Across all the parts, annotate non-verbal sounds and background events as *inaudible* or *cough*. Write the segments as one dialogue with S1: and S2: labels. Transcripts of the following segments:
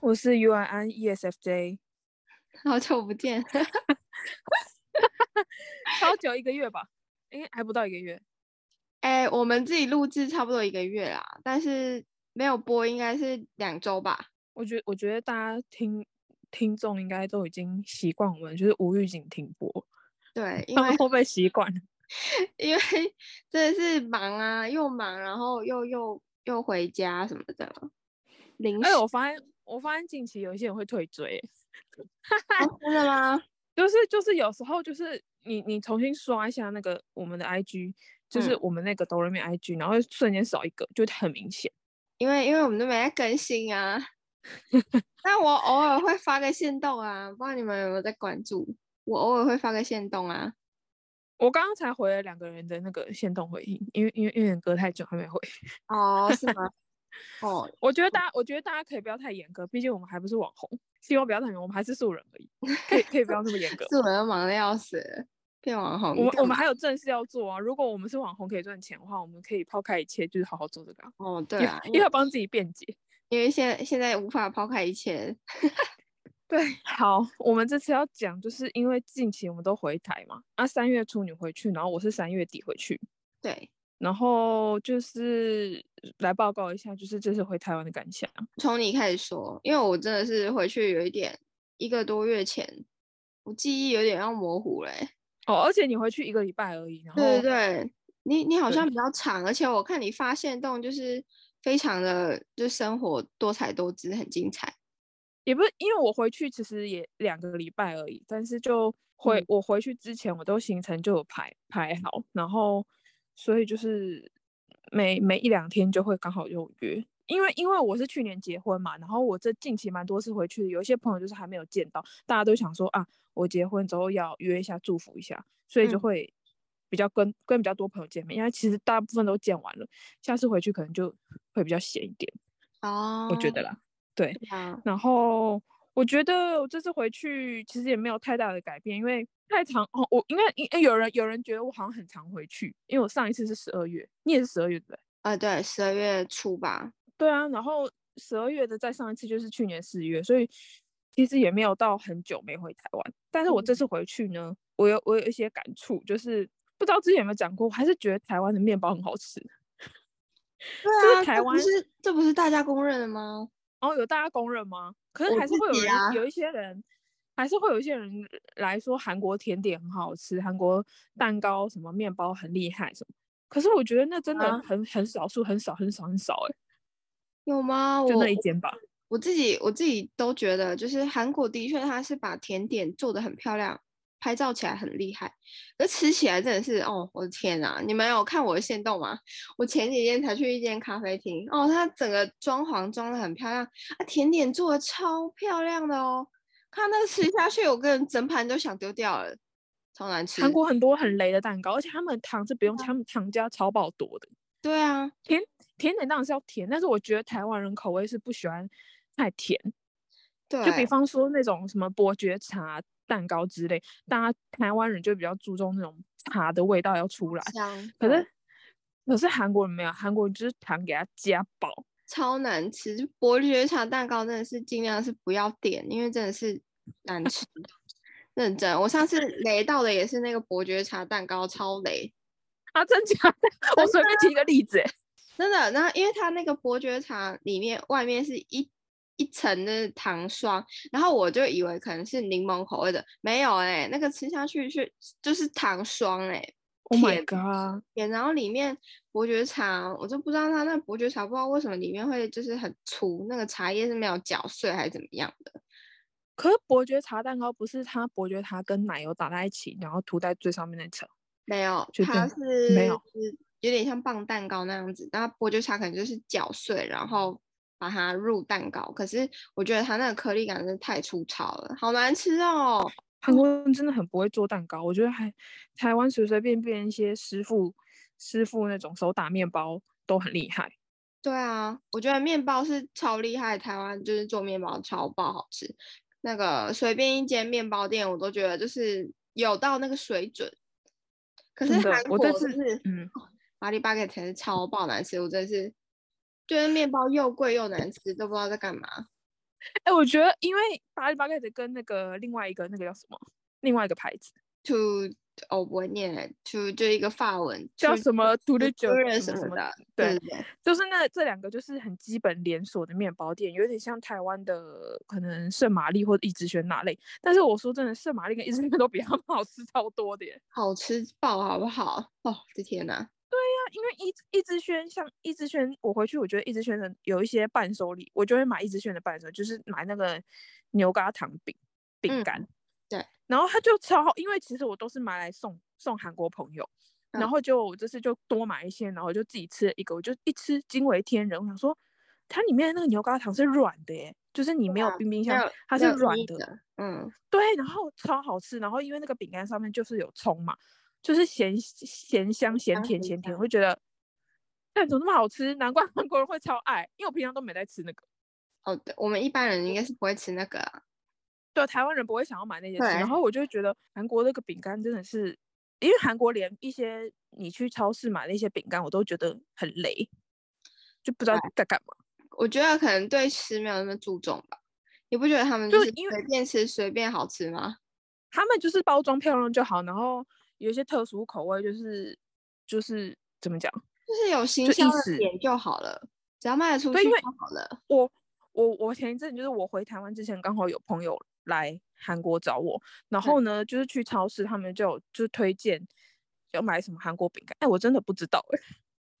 S1: 我是 U N N E S F J，
S2: 好久不见，
S1: 超久一个月吧，应该还不到一个月。
S2: *laughs* 哎、我们自己录制差不多一个月啦，但是没有播应该是两周吧。
S1: 我觉我觉得大家听听众应该都已经习惯我们就是无预警停播，
S2: *laughs* 对，因
S1: 他们
S2: 为
S1: 会不会习惯？
S2: 因为真的是忙啊，又忙，然后又又又回家什么的，临
S1: 哎，
S2: 时
S1: 我发现我发现近期有一些人会退追，
S2: 哦真的吗？
S1: 就是就是有时候就是你你重新刷一下那个我们的 I G，就是我们那个抖音面 I G，然后瞬间少一个，就很明显。
S2: 因为因为我们都没在更新啊， *laughs* 但我偶尔会发个线动啊，不知道你们有没有在关注？我偶尔会发个线动啊，
S1: 我刚刚才回了两个人的那个线动回应，因为因为因为隔太久还没回。
S2: 哦，是吗？哦，。
S1: *laughs* 我觉得大家，我觉得大家可以不要太严格，毕竟我们还不是网红，希望不要太严格，我们还是素人而已，可以可以不要那么严格
S2: 是我要忙的要死了，变网红。
S1: 我们
S2: 干
S1: 我们
S2: 嘛
S1: 还有正事要做啊！如果我们是网红可以赚钱的话，我们可以抛开一切，就是好好做这个、啊，
S2: 哦，对
S1: 也
S2: 啊，因
S1: 也
S2: 为
S1: 要帮自己
S2: *laughs*
S1: 辩解。
S2: 因为现在现在无法抛开一切，
S1: 对，好，我们这次要讲，就是因为近期我们都回台嘛，啊，三月初你回去，然后我是三月底回去，
S2: 对，
S1: 然后就是来报告一下，就是这次回台湾的感想。
S2: 从你开始说，因为我真的是回去有一点一个多月前，我记忆有点要模糊嘞、
S1: 哦，而且你回去一个礼拜而已，然后
S2: 对对对，你你好像
S1: 哦对
S2: 比较长，而且我看你发现动就是非常的，就生活多彩多姿，很精彩。
S1: 也不是，因为我回去其实也两个礼拜而已，但是就回、
S2: 嗯
S1: 我回去之前，我都行程就有排排好，然后所以就是每每一两天就会刚好有约，因为因为我是去年结婚嘛，然后我这近期蛮多次回去的，有一些朋友就是还没有见到，大家都想说啊，我结婚之后要约一下祝福一下，所以就
S2: 嗯
S1: 会比较跟、跟比较多朋友见面，因为其实大部分都见完了，下次回去可能就会比较闲一点，
S2: 哦，
S1: 我觉得啦，对。
S2: 对啊，
S1: 然后我觉得我这次回去其实也没有太大的改变，因为太长哦，我应该应该有人有人觉得我好像很常回去，因为我上一次是十二月，你也是十二月对不对？
S2: 呃，对，十二月初吧，
S1: 对啊，然后十二月的再上一次就是去年四月，所以其实也没有到很久没回台湾。但是我这次回去呢，我有我有一些感触，就是不知道之前有没有讲过，我还是觉得台湾的面包很好吃。
S2: 对啊
S1: 台
S2: 这不
S1: 湾
S2: 是这不是大家公认的吗？
S1: 哦，有大家公认吗？可是
S2: 我
S1: 还是
S2: 自
S1: 会有
S2: 己
S1: 人，
S2: 啊
S1: 有一些人，还是会有一些人来说韩国甜点很好吃，韩国蛋糕什么面包很厉害什么。可是我觉得那真的
S2: 啊
S1: 很、很少数，很少很少很少哎、
S2: 有吗？
S1: 就
S2: 我
S1: 那一间吧。
S2: 我自己我自己都觉得，就是韩国的确它是把甜点做的很漂亮，拍照起来很厉害，可吃起来真的是哦，我的天啊！你们有看我的线动吗？我前几天才去一间咖啡厅，哦，它整个装潢装的很漂亮，啊，甜点做的超漂亮的哦，看那个吃下去，我个人整盘都想丢掉了，超难吃。
S1: 韩国很多很雷的蛋糕，而且他们糖是不
S2: 嗯
S1: 用，他们糖加超爆多的。
S2: 对啊，
S1: 甜点当然是要甜，但是我觉得台湾人口味是不喜欢太甜，
S2: 对，
S1: 就比方说那种什么伯爵茶蛋糕之类，大家台湾人就比较注重那种茶的味道要出来。
S2: 香，
S1: 可
S2: 对
S1: 是可是韩国人没有，韩国人就是糖给它加爆，
S2: 超难吃，就伯爵茶蛋糕真的是尽量是不要点，因为真的是难吃。认真，我上次雷到的也是那个伯爵茶蛋糕，超雷，
S1: 啊，真假的？ *laughs* 我随便提一个例子欸、
S2: 真的。那因为它那个伯爵茶里面外面是一一层的糖霜，然后我就以为可能是柠檬口味的，没有哎、那个吃下去是就是糖霜哎、
S1: Oh my
S2: 甜
S1: god！
S2: 点，然后里面伯爵茶，我就不知道它那伯爵茶不知道为什么里面会就是很粗，那个茶叶是没有搅碎还是怎么样的。
S1: 可是伯爵茶蛋糕不是它伯爵茶跟奶油打在一起，然后涂在最上面那层。
S2: 没有，
S1: 就
S2: 它
S1: 这
S2: 是
S1: 没有
S2: 有点像棒蛋糕那样子。那伯爵茶可能就是搅碎，然后把它入蛋糕。可是我觉得它那个颗粒感真的太粗糙了，好难吃哦。
S1: 韩国人真的很不会做蛋糕，我觉得还台湾随随便便一些师傅师傅那种手打面包都很厉害。
S2: 对啊，我觉得面包是超厉害，台湾就是做面包超爆好吃。那个随便一间面包店，我都觉得就是有到那个水准。可是
S1: 真的
S2: 韩
S1: 我
S2: 国
S1: 这
S2: 就
S1: 次
S2: 是
S1: 嗯，
S2: 巴黎巴给才是超爆难吃，我真的是觉得面包又贵又难吃，都不知道在干嘛。
S1: 哎、我觉得因为巴黎巴盖的跟那个另外一个那个叫什么，另外一个牌子
S2: to 哦，我念了 to 就一个法文
S1: 叫
S2: to
S1: 什么 d u d
S2: 什
S1: j
S2: 么
S1: 什
S2: 什
S1: 么
S2: 么的，
S1: 对
S2: 对对，
S1: 就是那这两个就是很基本连锁的面包店，有点像台湾的可能圣玛丽或者一枝轩那类。但是我说真的，圣玛丽跟一枝轩都比他们好吃超多的耶。
S2: 好吃爆好不好？哦，我的天呐，
S1: 那啊因为一一枝轩像一枝轩，我回去我觉得一枝轩的有一些伴手礼，我就会买一枝轩的伴手，就是买那个牛轧糖饼饼
S2: 嗯
S1: 干、
S2: 对，
S1: 然后它就超好，因为其实我都是买来送送韩国朋友。然
S2: 嗯
S1: 后就我这次就多买一些，然后我就自己吃了一个，我就一吃惊为天人。我想说，它里面的那个牛轧糖是软的耶，就是你没有
S2: 哇
S1: 冰冰
S2: 啊没
S1: 箱
S2: 有，
S1: 它
S2: 没
S1: 是
S2: 有
S1: 软
S2: 腻
S1: 的。
S2: 的，嗯，
S1: 对，然后超好吃。然后因为那个饼干上面就是有葱嘛，就是咸咸香、咸
S2: 香
S1: 甜、
S2: 咸
S1: 咸甜，我就觉得，但怎么那么好吃？难怪 *laughs* 韩国人会超爱，因为我平常都没在吃那个。
S2: 哦，对，我们一般人应该是不会吃那个啊，
S1: 对，台湾人不会想要买那些吃。然
S2: 对
S1: 后我就会觉得韩国那个饼干真的是，因为韩国连一些你去超市买那些饼干，我都觉得很雷，就不知道在干嘛。
S2: 我觉得可能对吃没有那么注重吧，你不觉得他们
S1: 就是因为
S2: 随便吃随便好吃吗？
S1: 他们就是包装漂亮就好，然后有一些特殊口味、就是，就是怎么讲？
S2: 就是有行
S1: 就
S2: 销
S1: 意
S2: 的
S1: 思
S2: 点就好了，只要卖得出
S1: 对
S2: 去
S1: 因
S2: 就
S1: 为
S2: 好了。
S1: 我我我前一阵就是我回台湾之前，刚好有朋友来韩国找我，然后呢，就是去超市，他们就有就推荐要买什么韩国饼干。哎、我真的不知道哎、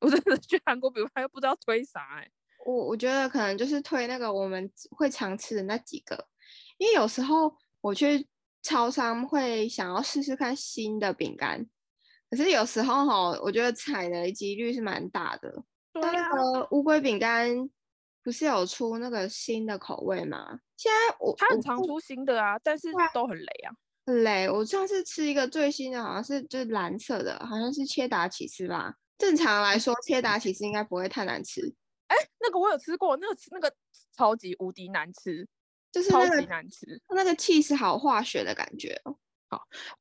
S1: *laughs* 我真的去韩国饼干又不知道推啥哎、
S2: 我我觉得可能就是推那个我们只会常吃的那几个，因为有时候我去超商会想要试试看新的饼干，可是有时候哈，我觉得踩雷几率是蛮大的。
S1: 对
S2: 像
S1: 啊
S2: 那，个乌龟饼干不是有出那个新的口味吗？现在我
S1: 它很
S2: 我
S1: 常
S2: 不
S1: 出新的啊，但是
S2: 对啊
S1: 都很雷啊。
S2: 很雷，我上次吃一个最新的，好像是就是蓝色的，好像是切达起司吧。正常来说，切达起司应该不会太难吃，
S1: 那个我有吃过，那个吃那个超级无敌难吃，
S2: 就是
S1: 超
S2: 那
S1: 级
S2: 个
S1: 难吃。
S2: 那个气势好化学的感觉哦。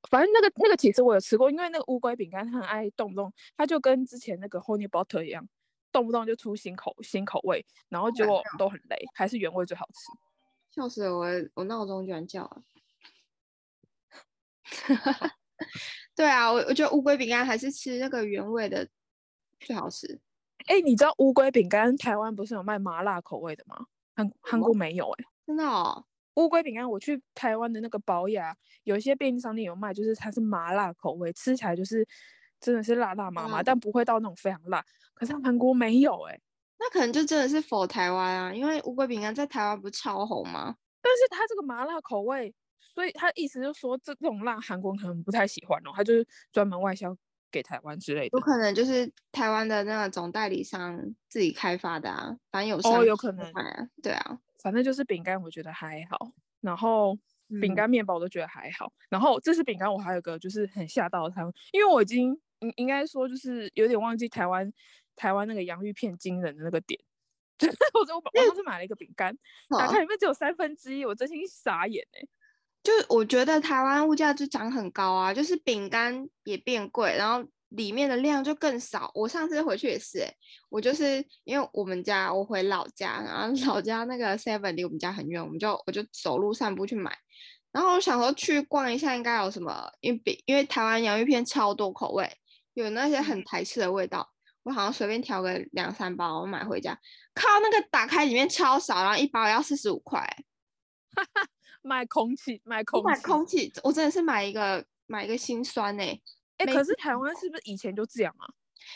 S1: 反正那个那个其实我有吃过，因为那个乌龟饼干它很爱动不动，它就跟之前那个 Honey Butter 一样，动不动就出新口新口味，然后结
S2: 难
S1: 果都很雷，还是原味最好吃。
S2: 笑死了我了，我闹钟居然叫了。对啊，我我觉得乌龟饼干还是吃那个原味的最好吃。
S1: 哎、你知道乌龟饼干台湾不是有卖麻辣口味的吗？韩韩
S2: 有
S1: 国没有哎、
S2: 真的哦，
S1: 乌龟饼干我去台湾的那个宝雅，有一些便利商店有卖，就是它是麻辣口味，吃起来就是真的是辣辣麻
S2: 辣
S1: 麻，
S2: 的
S1: 但不会到那种非常辣。可是韩国没有哎、
S2: 那可能就真的是否台湾啊，因为乌龟饼干在台湾不是超红吗？
S1: 但是它这个麻辣口味，所以他意思就是说，这这种辣韩国人可能不太喜欢哦，他就是专门外销给台湾之类的
S2: 有。可能就是台湾的那个总代理商自己开发的啊，反正有
S1: 哦，
S2: 商
S1: 有可
S2: 机
S1: 能，
S2: 卖啊，对啊，
S1: 反正就是饼干，我觉得还好。然后饼
S2: 嗯
S1: 干、面包我都觉得还好。然后这次饼干，我还有一个就是很吓到的台湾，因为我已经应应该说就是有点忘记台湾台湾那个洋芋片惊人的那个点。 *laughs* 就是我我我上次买了一个饼干，打
S2: 好
S1: 开里面只有三分之一，我真心傻眼哎、
S2: 就我觉得台湾物价就涨很高啊，就是饼干也变贵，然后里面的量就更少。我上次回去也是、欸，我就是因为我们家我回老家，然后老家那个 Seven 离我们家很远，我们就我就走路散步去买。然后我想说去逛一下，应该有什么？因为饼因为台湾洋芋片超多口味，有那些很台式的味道。我好像随便挑个两三包，我买回家，靠那个打开里面超少，然后一包要四十五块欸、
S1: 卖空气，卖空
S2: 我买
S1: 气，
S2: 空气，我真的是买一个买一个心酸欸呢、
S1: 哎、
S2: 没
S1: 可
S2: 吃
S1: 是台湾是不是以前就这样啊？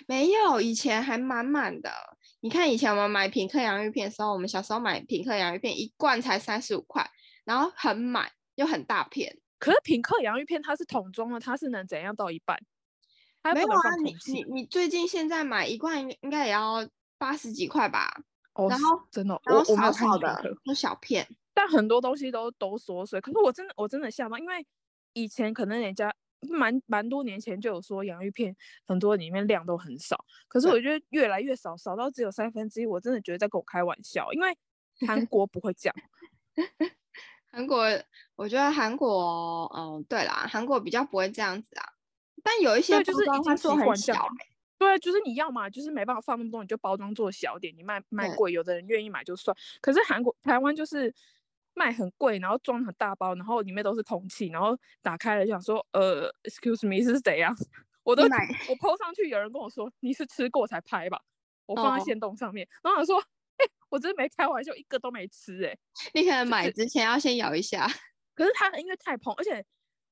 S2: 没有，以前还满满的。你看以前我们买品客洋芋片的时候，我们小时候买品客洋芋片一罐才三十五块，然后很满又很大片。
S1: 可是品客洋芋片它是桶装的，它是能怎样到一半？它
S2: 没
S1: 又
S2: 有
S1: 不能
S2: 啊，
S1: 放
S2: 你
S1: 空气
S2: 你你最近现在买一罐应应该也要八十几块吧？
S1: 哦
S2: 然
S1: 是
S2: 后
S1: 真的哦，
S2: 然后
S1: 我我没
S2: 少少
S1: 有看过品
S2: 的
S1: 客，
S2: 就小片，
S1: 但很多东西都都缩水。可是我真的我真的吓到，因为以前可能人家蛮蛮多年前就有说洋芋片很多里面量都很少，可是
S2: 对
S1: 我觉得越来越少，少到只有三分之一，我真的觉得在跟我开玩笑，因为韩国不会这样。
S2: 韩国，我觉得韩国，嗯，对啦，韩国比较不会这样子啊，但有一些
S1: 对，就
S2: 包
S1: 是已
S2: 装它
S1: 经
S2: 做
S1: 习
S2: 很
S1: 惯这
S2: 小
S1: 样
S2: 欸
S1: 了。对，就是你要嘛，就是没办法放那么多，你就包装做小点，你卖卖
S2: 对
S1: 贵，有的人愿意买就算。可是韩国、台湾就是卖很贵，然后装很大包，然后里面都是空气，然后打开了就想说，呃，excuse me 是怎样？我都
S2: 买
S1: 我 PO 上去，有人跟我说你是吃过才拍吧？我放
S2: 哦
S1: 在线动上面，然后我想说，哎、我真的没开玩笑，一个都没吃哎、
S2: 你可能买之前要先摇一下，
S1: 可是它因为太蓬，而且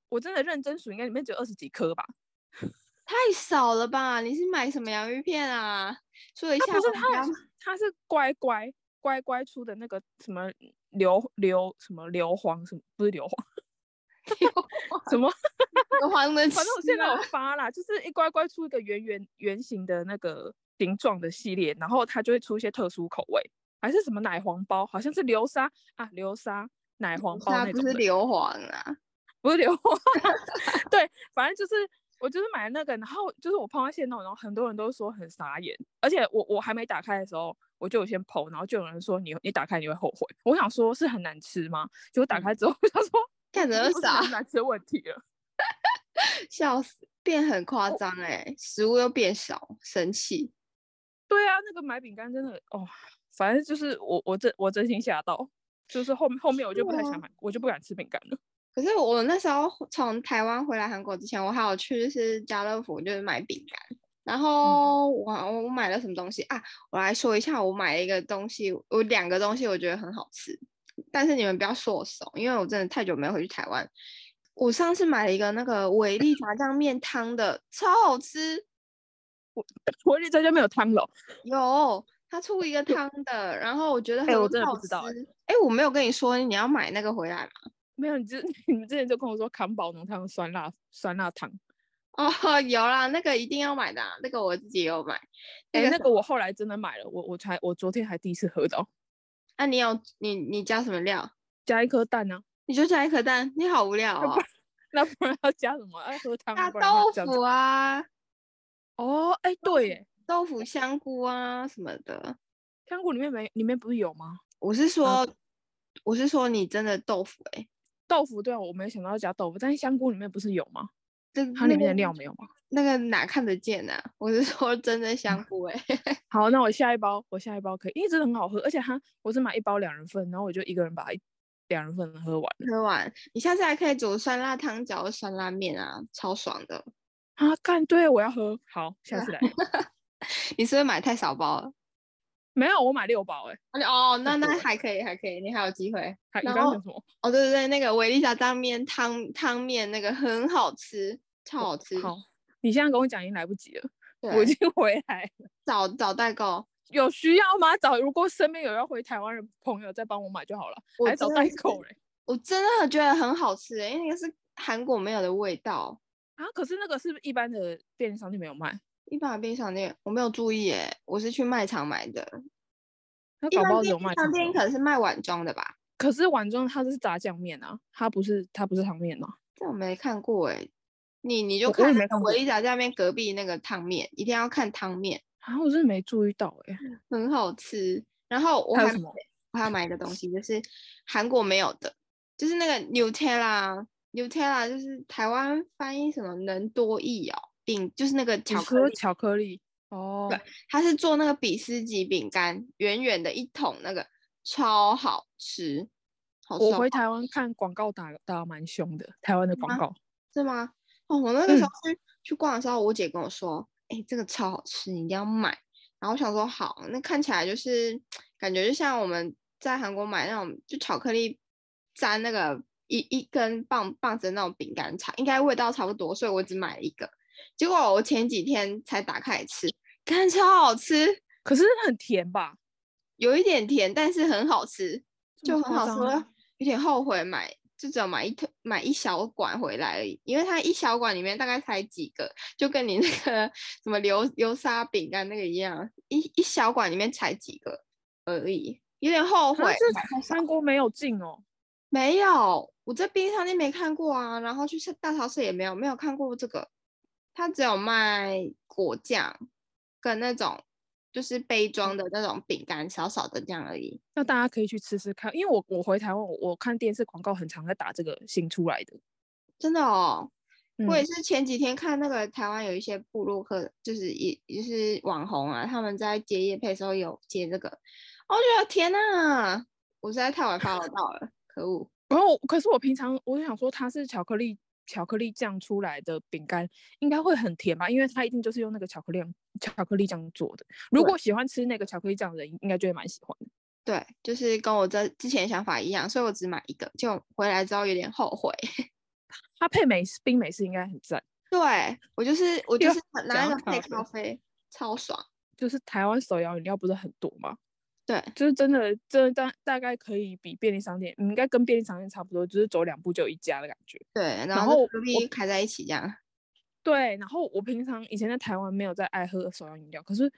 S1: 我真的认真数，应该里面只有二十几颗吧？
S2: 太少了吧？你是买什么洋芋片啊？说一
S1: 它
S2: 下
S1: 不是
S2: 我们
S1: 它
S2: 要，
S1: 它是乖乖乖乖出的那个什么硫硫什么硫磺什么不是硫磺
S2: 哦
S1: *laughs* 什么，
S2: 有黄的吃
S1: *laughs* 反正我现在
S2: 啊
S1: 有发啦，就是一乖乖出一个圆圆圆形的那个形状的系列，然后它就会出一些特殊口味，还是什么奶黄包，好像是流沙啊流沙奶黄包
S2: 它
S1: 那
S2: 不
S1: 种
S2: 是
S1: 的。
S2: 硫磺啊，
S1: 不是硫磺， *laughs* 对，反正就是我就是买那个，然后就是我碰到线动，然后很多人都说很傻眼，而且我我还没打开的时候，我就有先剖，然后就有人说你你打开你会后悔，我想说是很难吃吗？结果打
S2: 嗯
S1: 开之后， *laughs* 我想说
S2: 看着
S1: 这
S2: 就
S1: 不是
S2: 傻
S1: 难，不难哦吃的问题了，
S2: 笑死，变很夸
S1: 哦
S2: 张哎、食物又变少，生气。
S1: 对啊，那个买饼干真的哦，反正就是我我真我真心吓到，就是后面后面我就不太
S2: 哇
S1: 想买，我就不敢吃饼干了。 *laughs*
S2: 可是我那时候从台湾回来韩国之前，我还有去就是家乐福，就是买饼干。
S1: 嗯
S2: 然后我我买了什么东西啊？我来说一下，我买了一个东西，我两个东西我觉得很好吃，但是你们不要说我怂，因为我真的太久没回去台湾。我上次买了一个那个维力炸酱面汤的，超好吃，
S1: 我这家没有汤了，
S2: 有，它出一个汤的，然后我觉得
S1: 哎
S2: 很
S1: 我真的不
S2: 好
S1: 知道哎
S2: 吃。哎，我没有跟你说你要买那个回来吗？
S1: 没有，你之你们之前就跟我说康宝浓汤酸辣酸辣汤。
S2: 哦， *laughs* 有啦，那个一定要买的啊，那个我自己也有买。那
S1: 哎、
S2: 个
S1: 那
S2: 什
S1: 个我后来真的买了，我我才我昨天还第一次喝到，
S2: 那、啊你有你你加什么料？
S1: 加一颗蛋呢、
S2: 你就加一颗蛋，你好无聊 *laughs*
S1: 要不
S2: 哦。
S1: 那不然要加什么？爱喝汤，
S2: 大
S1: 不然要
S2: 豆
S1: 加什
S2: 腐
S1: 么
S2: 啊，
S1: 哦，哎、对耶，
S2: 豆腐香菇啊什么的。
S1: 香菇里面没里面不是有吗？
S2: 我是说，我是说你真的豆腐哎、欸，
S1: 豆腐对啊，我没想到要加豆腐，但是香菇里面不是有吗？
S2: 这那
S1: 它里面的
S2: 个
S1: 料没有吗？
S2: 那个哪看得见呐、啊？我是说真的香菇哎、欸， *laughs*
S1: 好，那我下一包，我下一包可以，因为真的很好喝，而且它我是买一包两人份，然后我就一个人把一两人份喝完了
S2: 喝完你下次还可以煮酸辣汤饺、酸辣面啊，超爽的。 *laughs*
S1: 啊！干，对我要喝，好，下次来。
S2: 你是不是买太少包了？
S1: 没有，我买六包、哎，
S2: *laughs* 哦， *laughs* 那
S1: 不
S2: 那
S1: 多欸
S2: 还可以，还可以，你还有机会。
S1: 还你
S2: 然
S1: 刚刚
S2: 后
S1: 讲什么？
S2: 哦，对对对，那个维力炸酱面汤汤面那个很好吃，超好吃。
S1: 哦好，你现在跟我讲已经来不及了，我
S2: 对，
S1: 已经回来了。
S2: 找找代购，
S1: 有需要吗？找如果身边有要回台湾的朋友再帮我买就好了，
S2: 我
S1: 还找
S2: 真的
S1: 代
S2: 是
S1: 购嘞
S2: 我真的觉得很好吃欸，因为那个是韩国没有的味道。
S1: 啊！可是那个是不是一般的便利商店没有卖，
S2: 一般的便利商店我没有注意诶，我是去卖场买的。
S1: 那
S2: 一
S1: 搞不
S2: 般
S1: 好只
S2: 便
S1: 有
S2: 利
S1: 卖哦
S2: 商
S1: 汤
S2: 店
S1: 面。
S2: 可能是卖碗装的吧，
S1: 可是碗中它这是炸酱面啊，它不是它不是汤面啊。
S2: 这我没看过诶。你你就
S1: 我我也
S2: 看
S1: 没
S2: 那个
S1: 看
S2: 维
S1: 过
S2: 力炸酱面隔壁那个汤面，一定要看汤面，
S1: 啊，我真的没注意到哎、欸，
S2: 很好吃。然后我
S1: 还有
S2: 还
S1: 什么
S2: 我还要买一个东西，就是韩国没有的，就是那个 Nutella。Nutella 就是台湾翻译什么能多益哦，饼就是那个
S1: 你
S2: 巧克
S1: 说
S2: 力，
S1: 巧克力哦，
S2: 它是做那个比斯吉饼干，圆圆的一桶那个，超好吃，好吃
S1: 我
S2: 到
S1: 回
S2: 爆
S1: 台湾看广告打打得蛮凶的，台湾的
S2: 吗
S1: 广告。
S2: 是吗？哦，我那个时
S1: 嗯
S2: 候去、去逛的时候，我姐跟我说，哎、这个超好吃，你一定要买。然后我想说，好，那看起来就是感觉就像我们在韩国买那种就巧克力沾那个一一根棒棒子的那种饼干差，应该味道差不多，所以我只买了一个。结果我前几天才打开来吃，看超好吃，
S1: 可是很甜吧？
S2: 有一点甜，但是很好吃，
S1: 这
S2: 就
S1: 么
S2: 很好
S1: 夸
S2: 吃。啊
S1: 张啊
S2: 我
S1: 吗
S2: 有点后悔买，就只有买一特买一小管回来而已，因为它一小管里面大概才几个，就跟你那个什么流流沙饼干那个一样，一一小管里面才几个而已，有点后悔
S1: 啊，这
S2: 买太少。
S1: 韩国没有进哦。
S2: 没有，我在便利商店没看过啊，然后去是大超市也没有没有看过这个，它只有卖果酱跟那种就是杯
S1: 嗯
S2: 装的那种饼干，小小的这样而已。
S1: 那大家可以去吃吃看，因为我我回台湾，我我看电视广告很常在打这个新出来的。
S2: 真的哦，我也
S1: 嗯
S2: 是前几天看那个台湾有一些部落客，就是也就是网红啊，他们在接夜配的时候有接这个，哦我觉得天呐，我实在太晚 follow 到了，可恶！
S1: 然后可是我平常我就想说它是巧克力巧克力酱出来的饼干，应该会很甜吧？因为它一定就是用那个巧克力巧克力酱做的。如
S2: 对
S1: 果喜欢吃那个巧克力酱的人，应该就会蛮喜欢的。
S2: 对，就是跟我这之前想法一样，所以我只买一个，就回来之后有点后悔。
S1: 它配美式冰美式应该很赞。
S2: 对我就是我就
S1: 又
S2: 是拿那
S1: 讲到
S2: 个配
S1: 咖
S2: 咖啡，超爽。
S1: 就是台湾手摇饮料不是很多吗？
S2: 对
S1: 就是真的，真的大大概可以比便利商店，嗯应该跟便利商店差不多，就是走两步就有一家的感觉。
S2: 对，然
S1: 然
S2: 后就
S1: 后
S2: 隔
S1: 我
S2: 壁开在一起这样。
S1: 对，然后我平常以前在台湾没有在爱喝手摇饮料，可是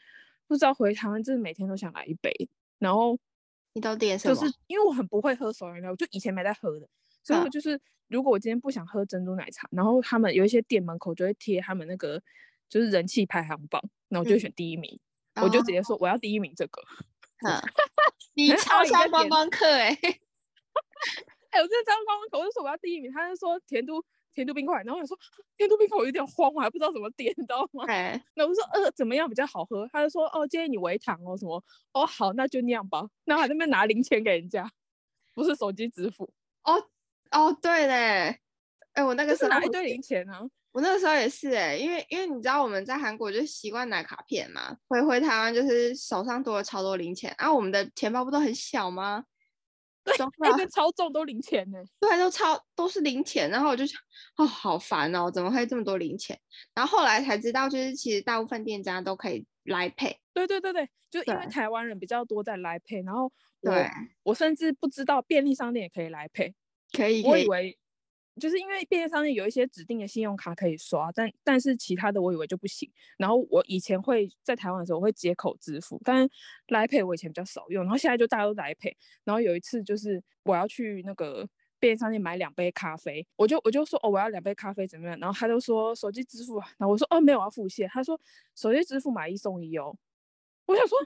S1: 不知道回台湾，真的每天都想来一杯。然后
S2: 你都点什
S1: 就
S2: 么？
S1: 是因为我很不会喝手摇饮料，我就以前没在喝的，所以我
S2: 嗯
S1: 就是如果我今天不想喝珍珠奶茶，然后他们有一些店门口就会贴他们那个就是人气排行榜，那我就会
S2: 嗯
S1: 选第一名，我就
S2: 哦
S1: 直接说我要第一名这个。 *laughs*
S2: 嗯你
S1: 哎
S2: 超
S1: 阿姨
S2: 像
S1: 在
S2: 观
S1: 点
S2: 光客
S1: *laughs*
S2: 哎、
S1: 哎、我真的张光口，我就说我要第一名，他就说甜都甜都冰块，然后我想说甜都冰块我有点慌，我还不知道怎么点，你知道吗？ *laughs*
S2: 欸，
S1: 那我就说呃怎么样比较好喝？他就说哦建议你微糖哦什么哦好那就那样吧，那还在那边拿零钱给人家，不是手机支付，
S2: 哦哦对嘞，哎我那
S1: 就
S2: 个时
S1: 是
S2: 候
S1: 拿一堆零钱啊。
S2: 我那个时候也是哎、因为因为你知道我们在韩国就习惯拿卡片嘛，回回台湾就是手上多了超多零钱，然、啊、后我们的钱包不都很小吗？装
S1: *laughs*
S2: 不
S1: 哎那
S2: 了
S1: 边超重都零钱呢、
S2: 对，都超都是零钱，然后我就想，哦，好烦哦，怎么会这么多零钱？然后后来才知道，就是其实大部分店家都可以来配，
S1: 对对对对，就因为
S2: 对
S1: 台湾人比较多在来配，然后我
S2: 对，
S1: 我甚至不知道便利商店也可以来配，
S2: 可以
S1: 我
S2: 可
S1: 以
S2: 以，
S1: 为就是因为便利商店有一些指定的信用卡可以刷，但但是其他的我以为就不行。然后我以前会在台湾的时候我会接口支付，但是来配我以前比较少用，然后现在就大家都来配。然后有一次就是我要去那个。便利商店买两杯咖啡，我就我就说哦，我要两杯咖啡怎么样？然后他就说手机支付啊，然后我说哦没有，我要付现。他说手机支付买一送一哦，我想说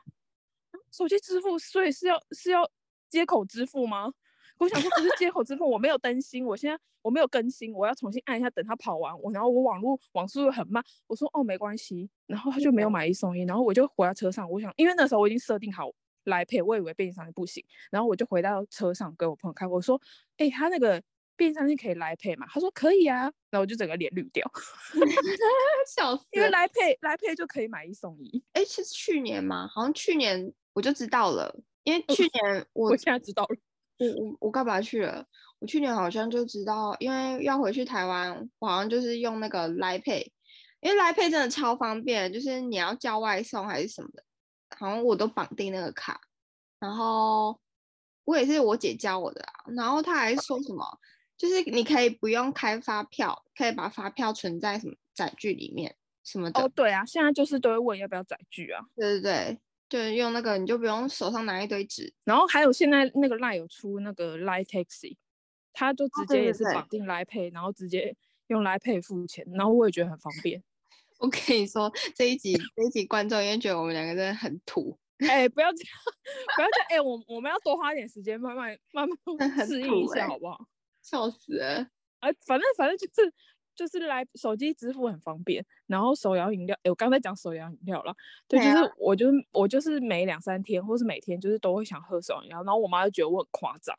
S1: 啊手机支付，所以是要是要接口支付吗？我想说，可是接口之后我没有更新，我现在我没有更新，我要重新按一下，等它跑完我，然后我网络网速又很慢。我说哦，没关系，然后他就
S2: 嗯
S1: 没有买一送一，然后我就回到车上，我想，因为那时候我已经设定好来配，我以为便利商店不行，然后我就回到车上给我朋友看，我说，哎、他那个便利商店可以来配嘛？他说可以啊，然后我就整个脸绿掉，
S2: 笑死
S1: 因为
S2: 了。
S1: 来配来配就可以买一送一，
S2: 哎，是去年吗？好像去年我就知道了，因
S1: 哦
S2: 为去年我
S1: 我现在知道了。
S2: 我我我干嘛去了？我去年好像就知道，因为要回去台湾，我好像就是用那个来 pay，因为来 pay 真的超方便，就是你要叫外送还是什么的，好像我都绑定那个卡。然后我也是我姐教我的啊，然后她还说什么，就是你可以不用开发票，可以把发票存在什么载具里面什么的。
S1: 哦，对啊，现在就是都会问要不要载具啊，
S2: 对对对，就是用那个，你就不用手上拿一堆纸。 *laughs*
S1: 然后还有现在那个 Line 有出那个 Line Taxi，它就直
S2: 哦对
S1: 接也
S2: 对
S1: 是
S2: 对
S1: 绑定 Line Pay，然后直接用 Line Pay 付钱，然后我也觉得很方便。
S2: 我跟你说，这一集这一集观众因为觉得我们两个真的很土，
S1: 哎、不要这样， *laughs* 不要这样，哎、我我们要多花点时间，慢慢慢慢
S2: 很
S1: 适应一
S2: 土欸
S1: 下，好不好？
S2: 笑死了。
S1: 啊，反正反正就是就是来手机支付很方便，然后手摇饮料，哎，我刚才讲手摇饮料了，对，
S2: 对
S1: 就是我就是我就是每两三天或是每天就是都会想喝手摇饮料，然后我妈就觉得我很夸张，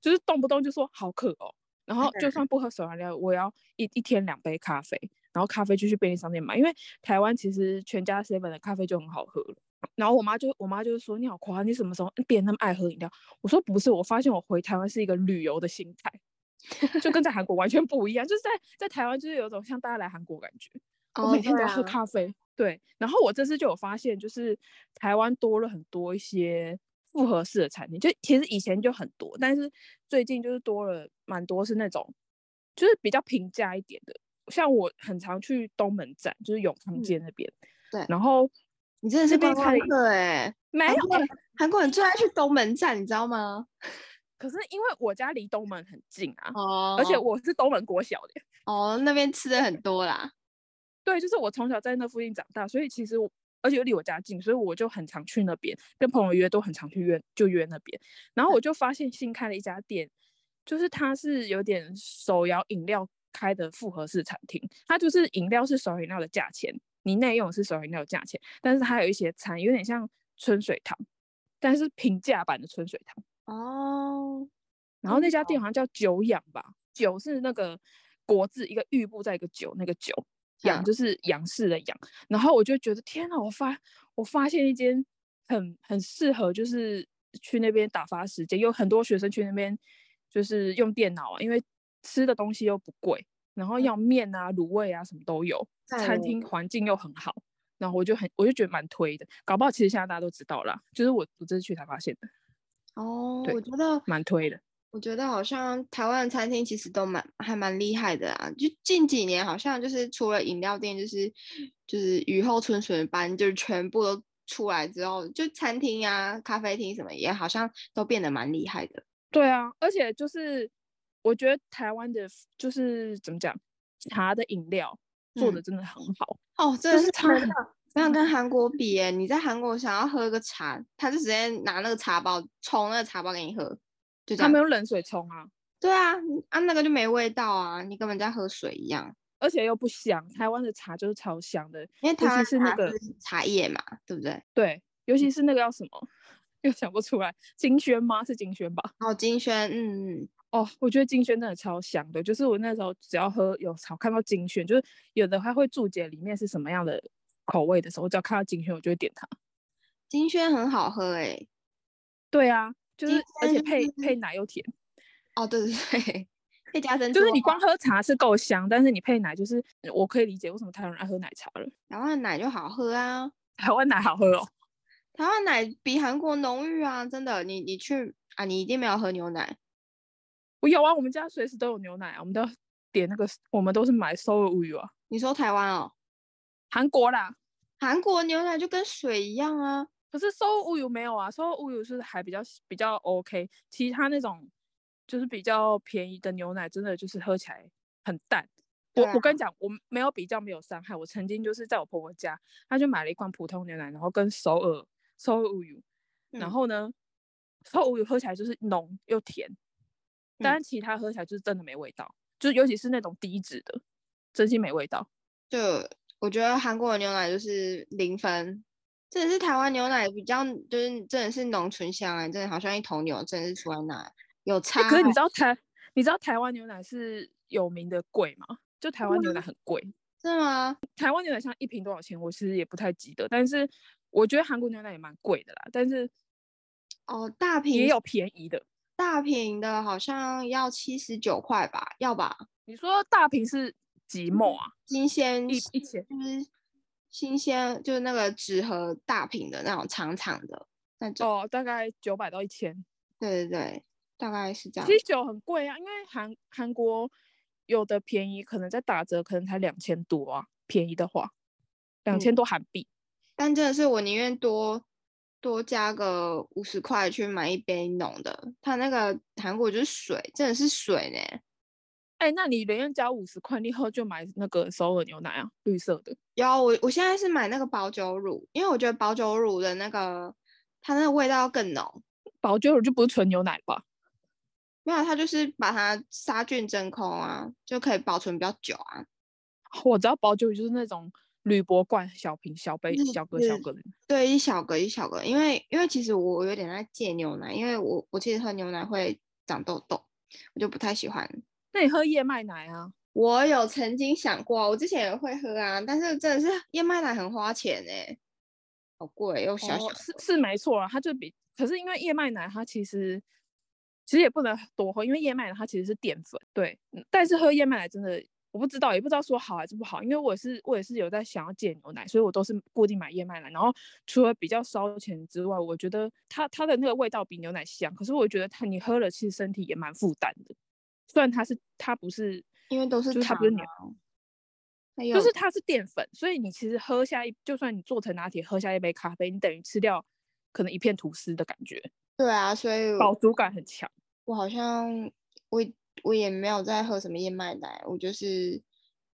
S1: 就是动不动就说好渴哦，然后就算不喝手摇饮料，我也要一一天两杯咖啡，然后咖啡就去便利商店买，因为台湾其实全家 seven 的咖啡就很好喝了。然后我妈就我妈就说你好夸张，你什么时候变那么爱喝饮料？我说不是，我发现我回台湾是一个旅游的心态。就跟在韩国完全不一样，就是在在台湾就是有种像大家来韩国感觉，我每天都要喝
S2: 对啊
S1: 咖啡。对，然后我这次就有发现，就是台湾多了很多一些复合式的餐厅，就其实以前就很多，但是最近就是多了蛮多是那种就是比较平价一点的，像我很常去东门站，就是永康街那边，
S2: 嗯对
S1: 然后
S2: 你真的是
S1: 那边
S2: 观光
S1: 开
S2: 客哎、
S1: 没
S2: 韩
S1: 有
S2: 国
S1: 哎
S2: 人韩国人最爱去东门站，你知道吗？
S1: 可是因为我家离东门很近啊，
S2: 哦，
S1: 而且我是东门国小的。
S2: 哦那边吃的很多啦。
S1: 对，就是我从小在那附近长大，所以其实我而且又离我家近，所以我就很常去那边，跟朋友约都很常去约，就约那边。然后我就发现新开了一家店，就是它是有点手摇饮料开的复合式餐厅，它就是饮料是手摇饮料的价钱，你内用是手摇饮料的价钱，但是它有一些餐有点像春水堂，但是平价版的春水堂。
S2: 哦，
S1: 然后那家店好像叫久仰吧，久是那个国字一个玉部在一个久，那个久仰
S2: 嗯
S1: 就是仰视的仰。然后我就觉得天哪，我发我发现一间很很适合就是去那边打发时间，有很多学生去那边就是用电脑啊，因为吃的东西又不贵，
S2: 嗯
S1: 然后要面啊、卤味啊什么都有，
S2: 赞
S1: 餐
S2: 哦
S1: 厅环境又很好。然后我就很，我就觉得蛮推的，搞不好其实现在大家都知道啦，就是我我这次去才发现的，
S2: 哦，
S1: 对
S2: 我觉得
S1: 蛮推的。
S2: 我觉得好像台湾的餐厅其实都蛮还蛮厉害的啊，就近几年好像就是除了饮料店，就是就是雨后春笋般，就是全部都出来之后，就餐厅啊、咖啡厅什么也好像都变得蛮厉害的。
S1: 对啊，而且就是我觉得台湾的，就是怎么讲，茶的饮料做的
S2: 嗯
S1: 真的很好，
S2: 哦，真
S1: 就
S2: 的
S1: 是
S2: 是
S1: 差
S2: 没
S1: 很
S2: 办法没想跟韩国比耶、你在韩国想要喝个茶，他就直接拿那个茶包冲那个茶包给你喝，就这
S1: 他
S2: 样
S1: 们。用冷水冲啊，
S2: 对啊，啊那个就没味道啊，你根本在喝水一样。
S1: 而且又不香。台湾的茶就是超香的，
S2: 因为
S1: 尤
S2: 台湾
S1: 其是那
S2: 茶
S1: 个
S2: 茶叶嘛，对不对？
S1: 对，尤
S2: 嗯
S1: 其是那个叫什么， *laughs* 又想不出来，金萱吗？是金萱吧？
S2: 哦，金萱，嗯，嗯
S1: 哦，我觉得金萱真的超香的，就是我那时候只要喝有茶看到金萱，就是有的还会注解里面是什么样的口味的时候，我只要看到金萱，我就会点它。
S2: 金萱很好喝哎、
S1: 对啊，就是
S2: 金
S1: 而且
S2: 萱就
S1: 配
S2: 是
S1: 配奶又甜。
S2: 哦，对对对，可以加珍珠
S1: 就是
S2: 哦
S1: 你光喝茶是够香，但是你配奶，就是我可以理解为什么台湾人爱喝奶茶了。
S2: 台湾的奶就好喝啊，
S1: 台湾奶好喝哦，
S2: 台湾奶比韩国浓郁啊，真的。你你去啊，你一定没有喝牛奶，
S1: 我有啊，我们家随时都有牛奶啊，我们都要点那个，我们都是买 s o y 乌鱼啊，
S2: 你说台湾哦，
S1: 韩国啦。
S2: 韩国牛奶就跟水一样啊。
S1: 可是 s o y 乌鱼没有啊 s o y 乌鱼是还比较比较 OK，其他那种就是比较便宜的牛奶，真的就是喝起来很淡。我、
S2: 对啊
S1: 我跟你讲，我没有比较，没有伤害。我曾经就是在我婆婆家，她就买了一罐普通牛奶，然后跟首尔 s o y 乌鱼，然
S2: 嗯
S1: 后呢，臭乌鱼喝起来就是浓又甜，但
S2: 嗯
S1: 是其他喝起来就是真的没味道，就是尤其是那种低脂的，真心没味道。
S2: 就我觉得韩国的牛奶就是零分，真的是台湾牛奶比较，就是真的是浓醇香哎、真的好像一头牛，真的是出来奶有差
S1: 欸可是你
S2: 欸
S1: 知道台，你知道台湾牛奶是有名的贵吗？就台湾牛奶很贵，
S2: 是吗？
S1: 台湾牛奶像一瓶多少钱，我其实也不太记得，但是我觉得韩国牛奶也蛮贵的啦，但是
S2: 哦，大瓶
S1: 也有便宜的。
S2: 大瓶的好像要七十九块吧，要吧？
S1: 你说大瓶是几沫啊？
S2: 新鲜
S1: 一
S2: 是
S1: 一千
S2: 就是新鲜，就是那个纸盒大瓶的那种长长的那种。
S1: 哦，大概九百到一千。
S2: 对对对，大概是这样
S1: 其。实酒很贵啊，因为韩韩国有的便宜，可能在打折，可能才两千多啊，便宜的话，两千多韩币。
S2: 但真的是我宁愿多多加个五十块去买一杯浓的，它那个韩国就是水，真的是水呢。
S1: 哎、那你连交五十块，你以后就买那个首尔牛奶啊，绿色的。
S2: 有我，我现在是买那个保酒乳，因为我觉得保酒乳的那个它那个味道更浓，
S1: 保酒乳就不是纯牛奶了吧？
S2: 没有它就是把它杀菌真空啊，就可以保存比较久啊。
S1: 我知道保酒乳就是那种铝箔罐小瓶、小杯、
S2: 嗯
S1: 小个、小
S2: 嗯
S1: 个的。
S2: 对，一小格一小格，因为因为其实我有点在戒牛奶，因为我我其实喝牛奶会长痘痘，我就不太喜欢。
S1: 那你喝燕麦奶啊？
S2: 我有曾经想过，啊我之前也会喝啊，但是真的是燕麦奶很花钱哎、好贵又小小
S1: 哦，是
S2: 的
S1: 是没错啊，它就比可是因为燕麦奶它其实其实也不能多喝，因为燕麦奶它其实是淀粉，对。嗯但是喝燕麦奶真的我不知道，也不知道说好还是不好，因为我也是我也是有在想要戒牛奶，所以我都是固定买燕麦奶。然后除了比较烧钱之外，我觉得它它的那个味道比牛奶香，可是我觉得它你喝了其实身体也蛮负担的，虽然它是它不是，
S2: 因为都是
S1: 就是它
S2: 糖啊
S1: 不是牛。
S2: 还
S1: 就
S2: 有
S1: 是它是淀粉，所以你其实喝下一，就算你做成拿铁，喝下一杯咖啡，你等于吃掉可能一片吐司的感觉，
S2: 对啊，所以
S1: 饱足感很强。
S2: 我好像我我也没有在喝什么燕麦奶，我就是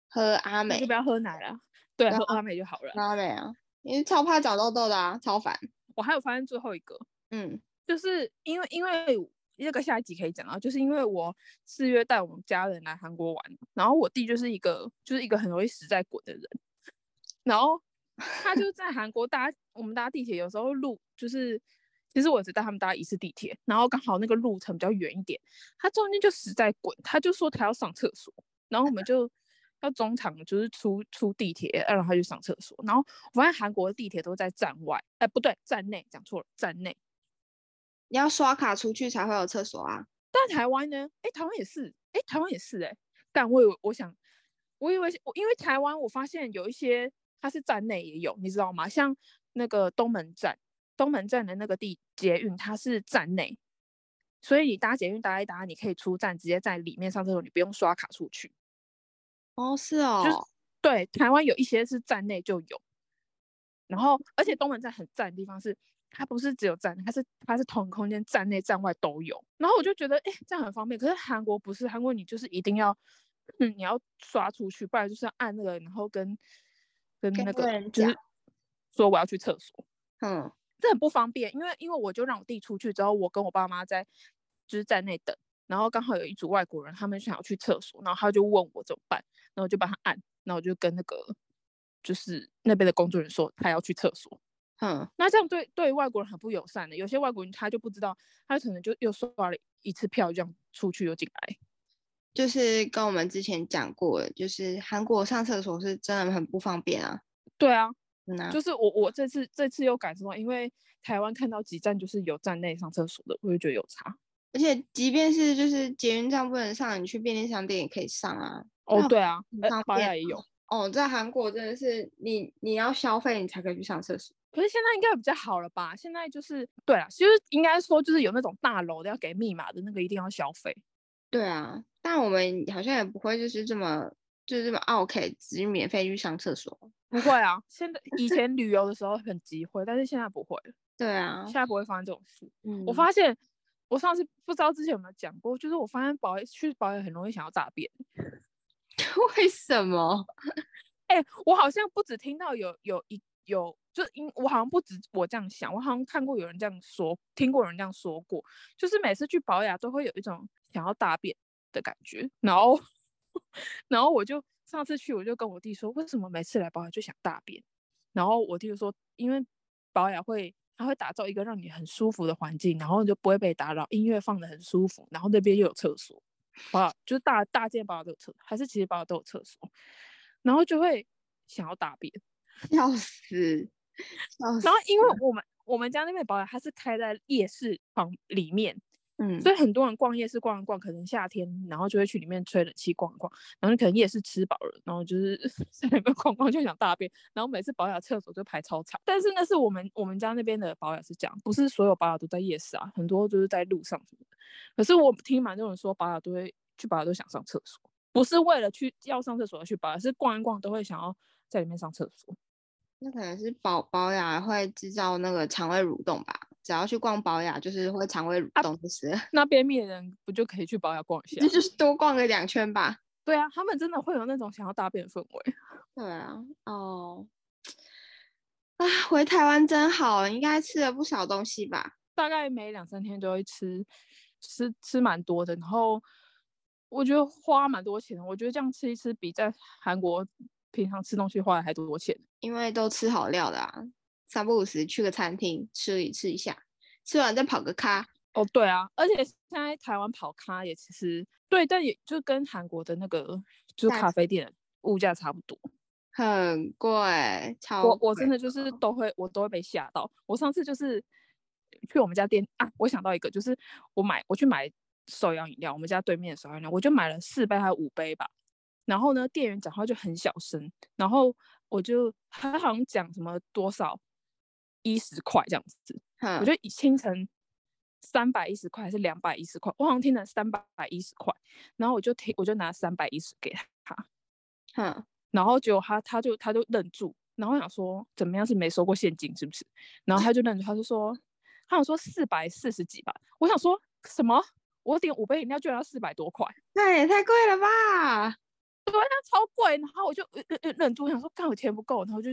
S2: 喝阿
S1: 那
S2: 美
S1: 就不要喝奶了，对，
S2: 对
S1: 喝阿美就好了。
S2: 喝阿美啊，因为超怕长痘痘的啊，超烦。
S1: 我还有发现最后一个，
S2: 嗯
S1: 就是因为因为这个下一集可以讲到，就是因为我四月带我们家人来韩国玩，然后我弟就是一个就是一个很容易死在滚的人，然后他就在韩国搭我们搭地铁，有时候路就是其实我只带他们搭一次地铁，然后刚好那个路程比较远一点，他中间就实在滚，他就说他要上厕所，然后我们就要中场就是出出地铁，呃让他去上厕所，然后我发现韩国的地铁都在站外，哎、不对，站内，讲错了，站内。
S2: 你要刷卡出去才会有厕所啊。
S1: 但台湾呢？哎、台湾也是，哎、台湾也是、哎，但我以为我想，我以为我因为台湾，我发现有一些它是站内也有，你知道吗？像那个东门站，东门站的那个地捷运，它是站内，所以你搭捷运搭一搭，你可以出站直接在里面上厕所，你不用刷卡出去。
S2: 哦，是哦，
S1: 对，台湾有一些是站内就有，然后而且东门站很赞的地方是，它不是只有站内，它是它是同空间站内站外都有。然后我就觉得，哎、这样很方便。可是韩国不是，韩国你就是一定要， *clears throat* 嗯，你要刷出去，不然就是要按那个，然后跟跟
S2: 跟
S1: 那
S2: 那个
S1: 个
S2: 人
S1: 就是
S2: 讲
S1: 说我要去厕所。
S2: 嗯，
S1: 这很不方便，因为因为我就让我弟出去之后，我跟我爸妈在就是站内等，然后刚好有一组外国人，他们想要去厕所，然后他就问我怎么办，然后我就帮他按，然后我就跟那个就是那边的工作人员说他要去厕所，
S2: 嗯，
S1: 那这样对对外国人很不友善的，有些外国人他就不知道，他可能就又刷了一次票，这样出去又进来，
S2: 就是跟我们之前讲过的，就是韩国上厕所是真的很不方便啊。
S1: 对啊，
S2: 嗯啊，
S1: 就是我我这次这次又感受到，因为台湾看到几站就是有站内上厕所的，我就觉得有差。
S2: 而且即便是就是捷运站不能上，你去便利商店也可以上啊。
S1: 哦
S2: 那，
S1: 对啊
S2: 很，
S1: 呃
S2: 方
S1: 保
S2: 便
S1: 雅也有。
S2: 哦，在韩国真的是你你要消费你才可以去上厕所。
S1: 可是现在应该比较好了吧？现在就是对啦，就是应该说就是有那种大楼的要给密码的那个一定要消费。
S2: 对啊，但我们好像也不会就是这么就是这么 OK，只是免费去上厕所。
S1: 不会啊，现在以前旅游的时候很忌讳，但是现在不会了，
S2: 对啊
S1: 现，在不会发生这种事。
S2: 嗯
S1: 我发现我上次不知道之前有没有讲过，就是我发现保去保养很容易想要大便。
S2: 嗯 *laughs* 为什么？
S1: 哎、我好像不止听到有有一有，就因我好像不止我这样想，我好像看过有人这样说，听过有人这样说过，就是每次去保雅都会有一种想要大便的感觉，然后 *laughs* 然后我就上次去我就跟我弟说，为什么每次来保雅就想大便？然后我弟就说，因为保雅会。它会打造一个让你很舒服的环境，然后你就不会被打扰，音乐放的很舒服，然后那边又有厕所，啊，就是大大件保雅都有厕，还是其实保雅都有厕所，然后就会想要大便。
S2: 笑死，笑死
S1: 然。后因为我们我们家那边保养它是开在夜市旁里面，
S2: 嗯，
S1: 所以很多人逛夜市逛一逛，可能夏天然后就会去里面吹冷气逛一逛，然后你可能夜市吃饱了，然后就是 *laughs* 在里面逛逛就想大便，然后每次保养厕所就排超长。但是那是我们我们家那边的保养是这样，不是所有保养都在夜市啊，很多就是在路上什么的。可是我听蛮多人说保养都会去保养都想上厕所，不是为了去要上厕所而去保养，是逛一逛都会想要在里面上厕所。
S2: 那可能是保保雅会制造那个肠胃蠕动吧。只要去逛保雅，就是会肠胃
S1: 啊
S2: 蠕动，就是、
S1: 那边面的人不就可以去保养逛一下
S2: 这？ *laughs* 就是多逛个两圈吧。
S1: 对啊，他们真的会有那种想要大便的氛围。 *laughs*
S2: 对啊，哦，啊，回台湾真好，应该吃了不少东西吧？
S1: 大概每两三天都会吃，吃吃蛮多的，然后我觉得花蛮多钱的。我觉得这样吃一吃，比在韩国平常吃东西花的还多钱。
S2: 因为都吃好料的啊，三不五时去个餐厅吃一吃一下，吃完再跑个咖。
S1: 哦，对啊，而且现在台湾跑咖也其实对，但也就跟韩国的那个就是
S2: 价
S1: 咖啡店的物价差不多。
S2: 很贵，超
S1: 我我真
S2: 贵
S1: 的就是都会，我都会被吓到。我上次就是去我们家店啊，我想到一个，就是我买我去买手摇饮料，我们家对面的手摇饮料，我就买了四杯还是五杯吧。然后呢，店员讲话就很小声，然后我就他好像讲什么多少一十块这样子，
S2: 哼
S1: 我就以听成三百一十块还是两百一十块，我好像听成三百一十块，然后我就听我就拿三百一十给他，
S2: 哼，
S1: 然后结果他他就他就愣住，然后我想说怎么样是没收过现金是不是？然后他就愣住，他就说他想说四百四十几吧，我想说什么？我点五杯饮料居然要四百多块，
S2: 那也太贵了吧？
S1: 那超贵。然后我就呃呃呃愣住，我想说干我钱不够，然后就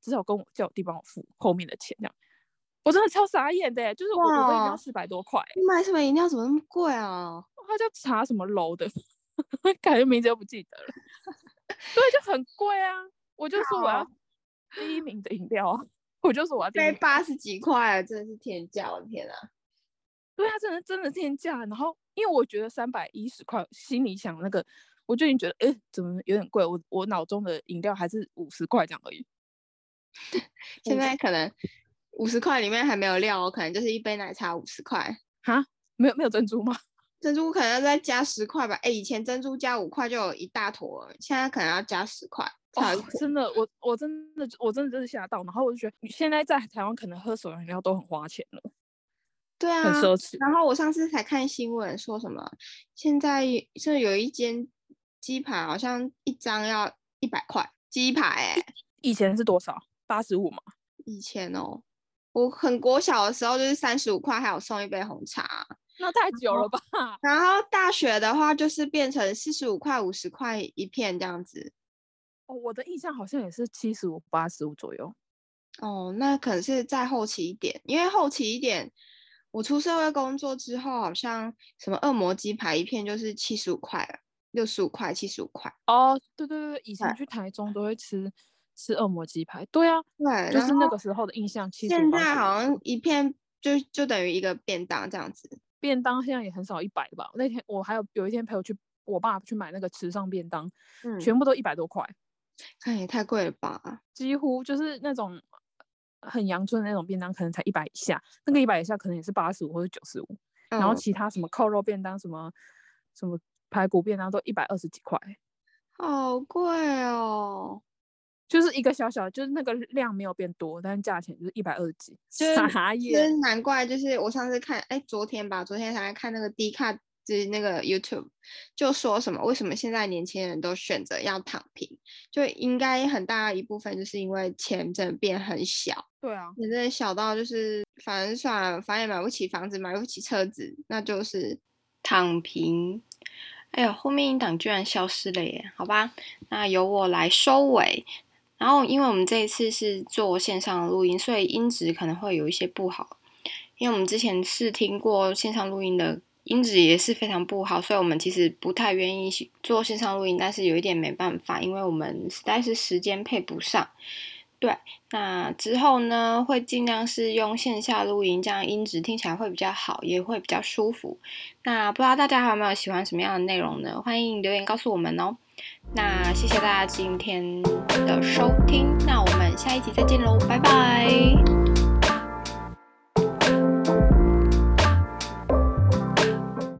S1: 只好跟我叫我弟帮我付后面的钱这样。我真的超傻眼的耶，欸就是我五杯饮
S2: 哇
S1: 料四百多块，
S2: 你买什么饮料怎么那么贵啊？
S1: 他叫查什么楼的， *laughs* 感觉名字都不记得了， *laughs* 对，就很贵啊。我就说我要第一名的饮料啊。我就说我要订
S2: 在
S1: 那个。
S2: 八十几块，真的是天价！我的天啊，
S1: 对啊，真的真的天价。然后因为我觉得三百一十块，心里想那个，我就已经觉得，哎、怎么有点贵？我我脑中的饮料还是五十块这样而已。
S2: *laughs* 现
S1: 嗯
S2: 在可能五十块里面还没有料哦，可能就是一杯奶茶五十块，
S1: 哈，没有没有珍珠吗？
S2: 珍珠可能要再加十块吧。哎，以前珍珠加五块就有一大坨了，现在可能要加十块。才有一
S1: 哦
S2: 坨，
S1: *laughs* 真的，我我真的我真的就是吓到。然后我就觉得，现在在台湾可能喝手摇饮料都很花钱了，
S2: 对啊，
S1: 很奢侈。
S2: 然后我上次才看新闻说什么，现在是有一间鸡排，好像一张要一百块鸡排、欸，
S1: 以前是多少？八十五嘛。
S2: 以前哦，我很国小的时候就是三十五块，还有送一杯红茶。
S1: 那太久了吧？
S2: 然后大学的话就是变成四十五块、五十块一片这样子。
S1: 哦，我的印象好像也是七十五、八十五左右。
S2: 哦，那可能是再后期一点，因为后期一点，我出社会工作之后，好像什么恶魔鸡排一片就是七十五块了，六十五块、七十五块。
S1: 哦，对对对，以前
S2: 对
S1: 去台中都会吃吃恶魔鸡排。对啊，
S2: 对，
S1: 就
S2: 然
S1: 是那
S2: 后
S1: 个时候的印象。75
S2: 现在
S1: 85
S2: 好像一片就就等于一个便当这样子。
S1: 便当现在也很少一百吧。那天我还有有一天陪我去我爸去买那个池上便当，
S2: 嗯，
S1: 全部都一百多块，
S2: 看也太贵了吧？
S1: 几乎就是那种很阳春的那种便当，可能才一百以下，那个一百以下可能也是八十五或者九十五，然后
S2: 嗯
S1: 其他什么扣肉便当、什么什么排骨便当都一百二十几块，
S2: 好贵哦。
S1: 就是一个小小的，就是那个量没有变多，但是价钱就是一百二十几，
S2: 就是
S1: 傻
S2: 其
S1: 眼
S2: 实难怪，就是我上次看，哎，昨天吧，昨天才看那个 D 卡，就是那个 YouTube，就说什么为什么现在年轻人都选择要躺平，就应该很大一部分就是因为钱真的变很小，
S1: 对啊，
S2: 也真的小到就是反正算了，反正也买不起房子，买不起车子，那就是躺平。哎呦，后面一档居然消失了耶！好吧，那由我来收尾。然后，因为我们这一次是做线上录音，所以音质可能会有一些不好。因为我们之前试听过线上录音的音质也是非常不好，所以我们其实不太愿意做线上录音，但是有一点没办法，因为我们实在是时间配不上。对，那之后呢，会尽量是用线下录音，这样音质听起来会比较好，也会比较舒服。那不知道大家还有没有喜欢什么样的内容呢？欢迎留言告诉我们哦。那谢谢大家今天的收听，那我们下一集再见喽，拜拜。